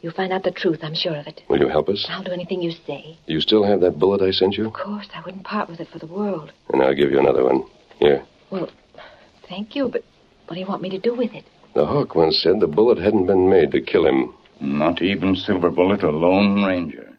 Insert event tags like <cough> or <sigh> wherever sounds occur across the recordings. You'll find out the truth, I'm sure of it. Will you help us? I'll do anything you say. You still have that bullet I sent you? Of course, I wouldn't part with it for the world. And I'll give you another one. Here. Well, thank you, but what do you want me to do with it? The hawk once said the bullet hadn't been made to kill him. Not even Silver Bullet or Lone Ranger.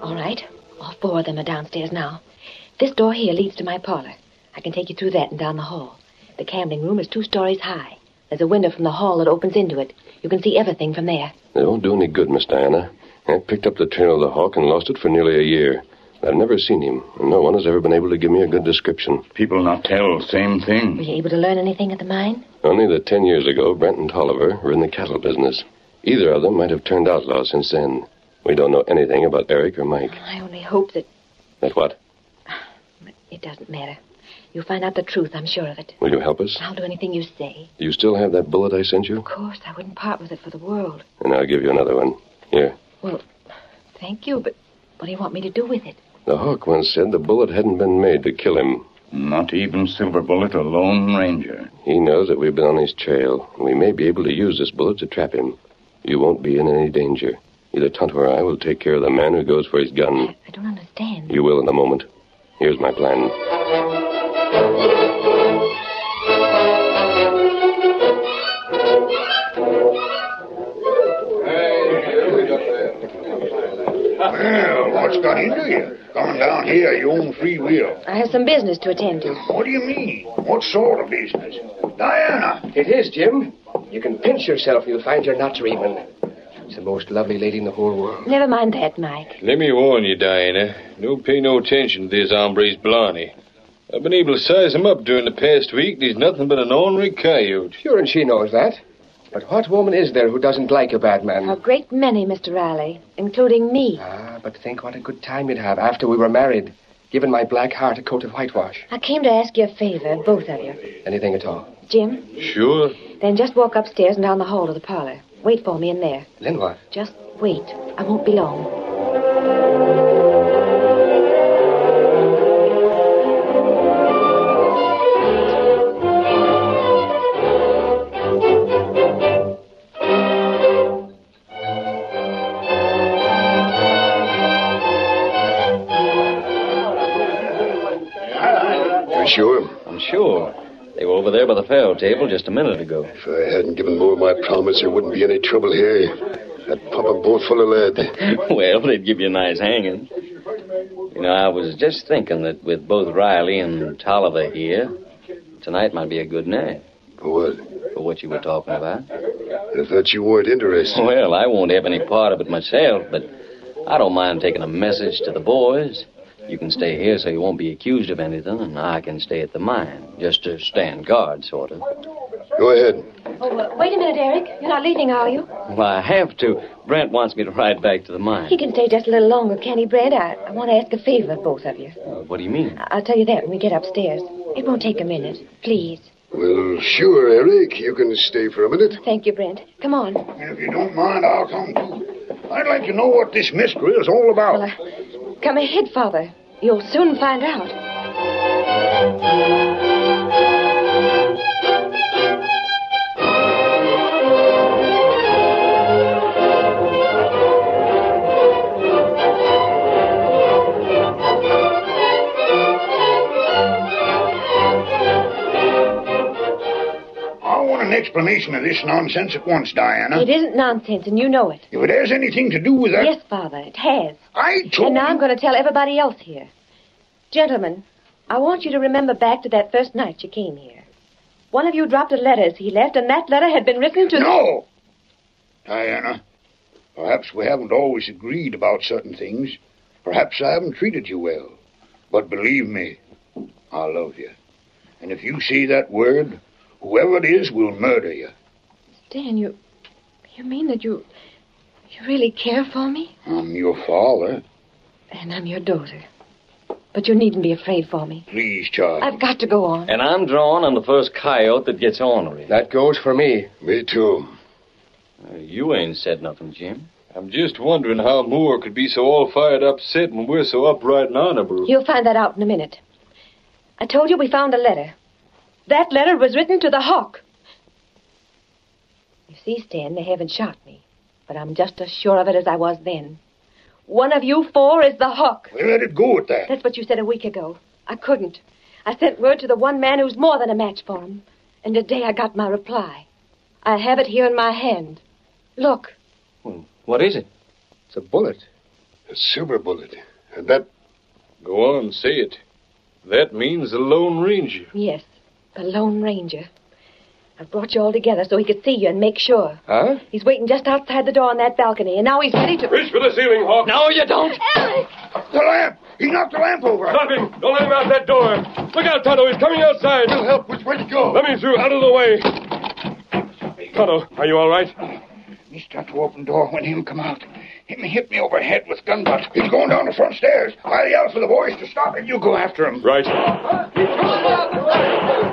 All right. All four of them are downstairs now. This door here leads to my parlor. I can take you through that and down the hall. The gambling room is two stories high. There's a window from the hall that opens into it. You can see everything from there. They won't do any good, Miss Diana. I picked up the trail of the hawk and lost it for nearly a year. I've never seen him, and no one has ever been able to give me a good description. People not tell same Were thing. you able to learn anything at the mine? Only that ten years ago, Brent and Tolliver were in the cattle business. Either of them might have turned outlaw since then. We don't know anything about Eric or Mike. I only hope that That what? it doesn't matter. You'll find out the truth, I'm sure of it. Will you help us? I'll do anything you say. You still have that bullet I sent you? Of course, I wouldn't part with it for the world. And I'll give you another one. Here. Well, thank you, but what do you want me to do with it? The hawk once said the bullet hadn't been made to kill him. Not even Silver Bullet or Lone Ranger. He knows that we've been on his trail, and we may be able to use this bullet to trap him. You won't be in any danger. Either Tonto or I will take care of the man who goes for his gun. I don't understand. You will in a moment. Here's my plan. Well, what's got into you? Come down here, your own free will. I have some business to attend to. What do you mean? What sort of business? Diana! It is, Jim. You can pinch yourself, you'll find you're not even. She's the most lovely lady in the whole world. Never mind that, Mike. Let me warn you, Diana. Don't pay no attention to this hombre's Blarney. I've been able to size him up during the past week, and he's nothing but an ornery coyote. Sure, and she knows that. But what woman is there who doesn't like a bad man? A great many, Mr. Riley, including me. Ah, but think what a good time you'd have after we were married, giving my black heart a coat of whitewash. I came to ask you a favor, both of you. Anything at all. Jim, Sure. then just walk upstairs and down the hall to the parlor. Wait for me in there. Then what? Just wait. I won't be long. You sure? I'm sure. They were over there by the faro table just a minute ago. If I hadn't given more of my promise, there wouldn't be any trouble here. I'd pump 'em both full of lead. <laughs> well, they'd give you a nice hanging. You know, I was just thinking that with both Riley and Tolliver here, tonight might be a good night For what? for what you were talking about. I thought you weren't interested. Well, I won't have any part of it myself, but I don't mind taking a message to the boys. You can stay here so you won't be accused of anything, and I can stay at the mine, just to stand guard, sort of. Go ahead. Oh, uh, wait a minute, Eric. You're not leaving, are you? Well, I have to. Brent wants me to ride back to the He mine. can stay just a little longer, can't he, Brent? I, I want to ask a favor of both of you. Uh, What do you mean? I'll tell you that when we get upstairs. It won't take a minute. Please. Well, sure, Eric. You can stay for a minute. Thank you, Brent. Come on. Well, If you don't mind, I'll come too. I'd like to know what this mystery is all about. I- uh, come ahead, Father. You'll soon find out. I want an explanation of this nonsense at once, Diana. It isn't nonsense, and you know it. If it has anything to do with that, Yes, Father, it has. I told And now I'm going to tell everybody else here. Gentlemen, I want you to remember back to that first night you came here. One of you dropped a letter as he left, and that letter had been written to. No! Diana, perhaps we haven't always agreed about certain things. Perhaps I haven't treated you well. But believe me, I love you. And if you say that word, whoever it is will murder you. Dan, you. You mean that you. You really care for me? I'm your father. And I'm your daughter. But you needn't be afraid for me. Please, Charlie. I've got to go on. And I'm drawn on the first coyote that gets ornery. That goes for me. Me too. Uh, You ain't said nothing, Jim. I'm just wondering how Moore could be so all fired upset when we're so upright and honorable. You'll find that out in a minute. I told you we found a letter. That letter was written to the hawk. You see, Stan, they haven't shot me, but I'm just as sure of it as I was then. One of you four is the hawk. Well, let it go at that. That's what you said a week ago. I couldn't. I sent word to the one man who's more than a match for him, and today I got my reply. I have it here in my hand. Look, What is it? It's a bullet. A silver bullet. And that Go on, say it. That means the Lone Ranger. yes, the Lone Ranger. I brought you all together so he could see you and make sure. Huh? He's waiting just outside the door on that balcony, and now he's ready to. Reach for the ceiling, Hawk. No, you don't. Eric! The lamp! He knocked the lamp over. Stop him! Don't let him out that door! Look out, Tonto! He's coming outside! We'll help. Which way to go? Let me through, out of the way! Tonto, are you all right? me start to open door Oh, when him come out. Him hit me over head with gun butt. He's going down the front stairs. I yell for the boys to stop it. You go after him. Right. Fast man,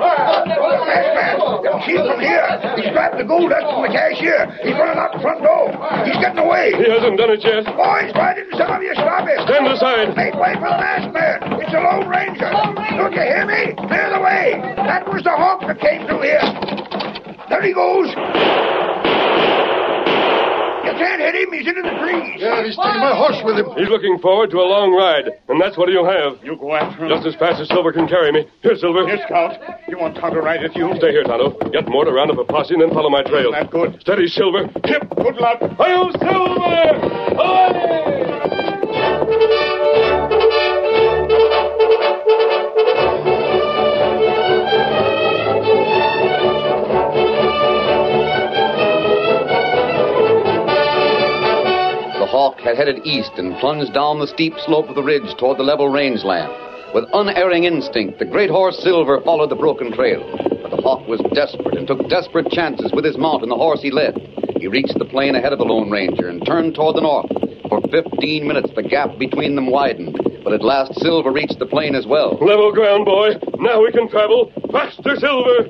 they'll see him from here. He's grabbed the gold dust from the cashier. He's running out the front door. He's getting away. He hasn't done it yet. Boys, why didn't some of you stop him? Stand aside. Make way for the masked man. It's the Lone Ranger. Don't you hear me? Clear the way. That was the hawk that came through here. There he goes. You can't hit him. He's into the trees. yeah, he's taking my horse with him. He's looking forward to a long ride, and that's what he'll have. You go after Just as fast as Silver can carry me. Here, Silver. Scout. You want Tonto right at you? Stay here, Tonto. Get more to round up a posse and then follow my trail. That good. Steady, Silver. Hip. Good luck. Hi-yo, Silver! Away! The Hawk had headed east and plunged down the steep slope of the ridge toward the level rangeland. With unerring instinct, the great horse Silver followed the broken trail. But the Hawk was desperate and took desperate chances with his mount and the horse he led. He reached the plain ahead of the Lone Ranger and turned toward the north. For 15 minutes, the gap between them widened. But at last, Silver reached the plain as well. Level ground, boy. Now we can travel. Faster, Silver!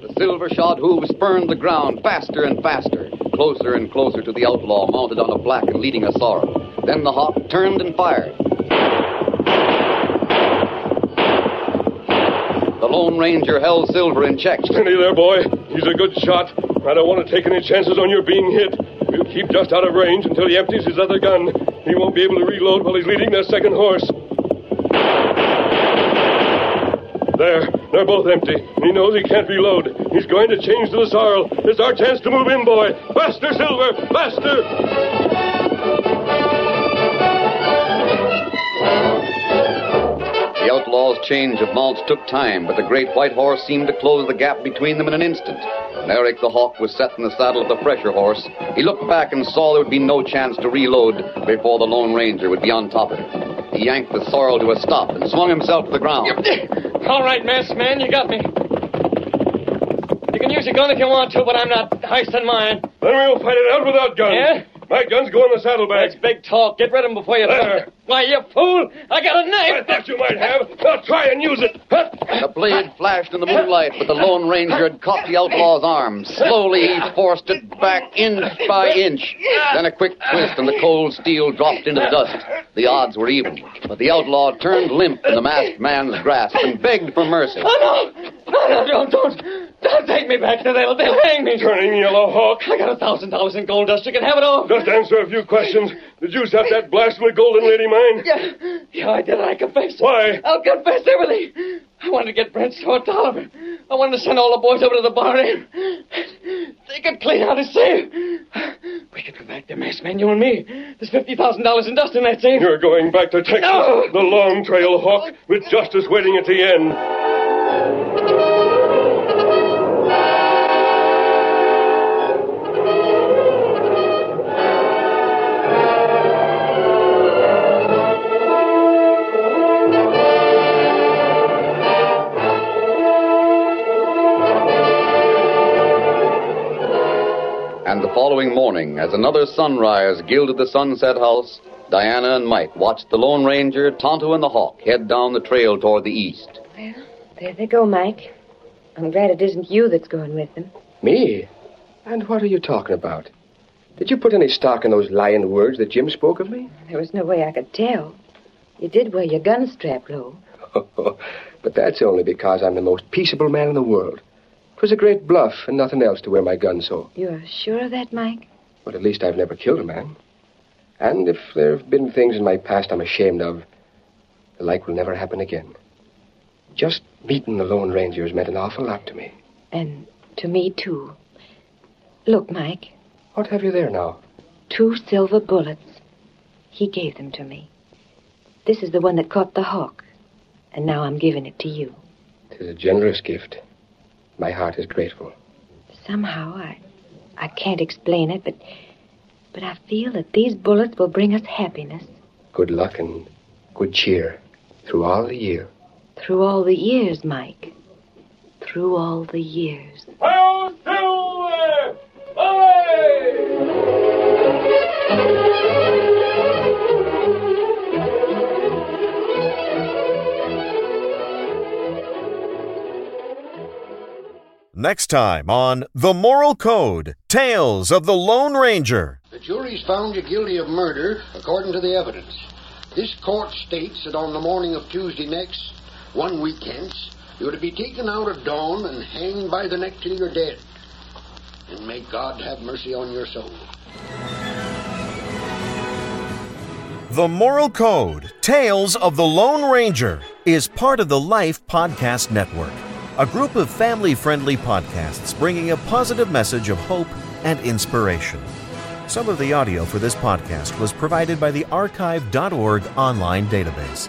The silver shod hooves spurned the ground faster and faster, closer and closer to the outlaw mounted on a black and leading a sorrel. Then the hawk turned and fired. The Lone Ranger held Silver in check. Steady there, boy. He's a good shot. I don't want to take any chances on your being hit. We'll keep just out of range until he empties his other gun. He won't be able to reload while he's leading their second horse. There. They're both empty. He knows he can't reload. He's going to change to the sorrel. It's our chance to move in, boy. Faster, Silver! Faster! The outlaws exchange of mounts took time, but the great white horse seemed to close the gap between them in an instant. When Eric the Hawk was set in the saddle of the fresher horse, he looked back and saw there would be no chance to reload before the Lone Ranger would be on top of him. He yanked the sorrel to a stop and swung himself to the ground. All right, masked man, you got me. You can use your gun if you want to, but I'm not heisting mine. Then we'll fight it out without guns. Yeah? My guns go in the saddlebag. That's big talk. Get rid of him before you. There. Why, you fool! I got a knife. I thought you might have. Now try and use it. The blade flashed in the moonlight, but the Lone Ranger had caught the outlaw's arm. Slowly he forced it back inch by inch. Then a quick twist, and the cold steel dropped into the dust. The odds were even, but the outlaw turned limp in the masked man's grasp and begged for mercy. Oh, no! No, no, don't, don't, don't take me back. They'll, they'll hang me. Turning yellow hawk. I got a thousand dollars in gold dust. You can have it all. Just answer a few questions. Did you set that blasphemy golden lady mine? Yeah, yeah, I did. I confess. Why? I'll confess everything. I wanted to get Brent Short Oliver. I wanted to send all the boys over to the bar. and They could clean out his safe. We could go back there, masked man, you and me. There's fifty thousand dollars in dust in that safe. You're going back to Texas. No. The long trail hawk with justice waiting at the end. And the following morning, as another sunrise gilded the sunset house, Diana and Mike watched the Lone Ranger, Tonto, and the Hawk head down the trail toward the east. There they go, Mike. I'm glad it isn't you that's going with them. Me? And what are you talking about? Did you put any stock in those lying words that Jim spoke of me? There was no way I could tell. You did wear your gun strapped low. Oh, but that's only because I'm the most peaceable man in the world. 'Twas a great bluff and nothing else to wear my gun so. You are sure of that, Mike? But at least I've never killed a man. And if there have been things in my past I'm ashamed of, the like will never happen again. Just meeting the Lone Ranger has meant an awful lot to me. And to me, too. Look, Mike, What have you there now? two silver bullets. He gave them to me. This is the one that caught the hawk. And now I'm giving it to you. Tis a generous gift. My heart is grateful. Somehow, I, I can't explain it, but, but I feel that these bullets will bring us happiness Good luck and good cheer through all the year. through all the years, Mike. Through all the years. Next time on The Moral Code Tales of the Lone Ranger. The jury's found you guilty of murder according to the evidence. This court states that on the morning of Tuesday next, one week hence, you're to be taken out at dawn and hanged by the neck till you're dead. And may God have mercy on your soul. The Moral Code Tales of the Lone Ranger is part of the Life Podcast Network, a group of family friendly podcasts bringing a positive message of hope and inspiration. Some of the audio for this podcast was provided by the archive.org online database.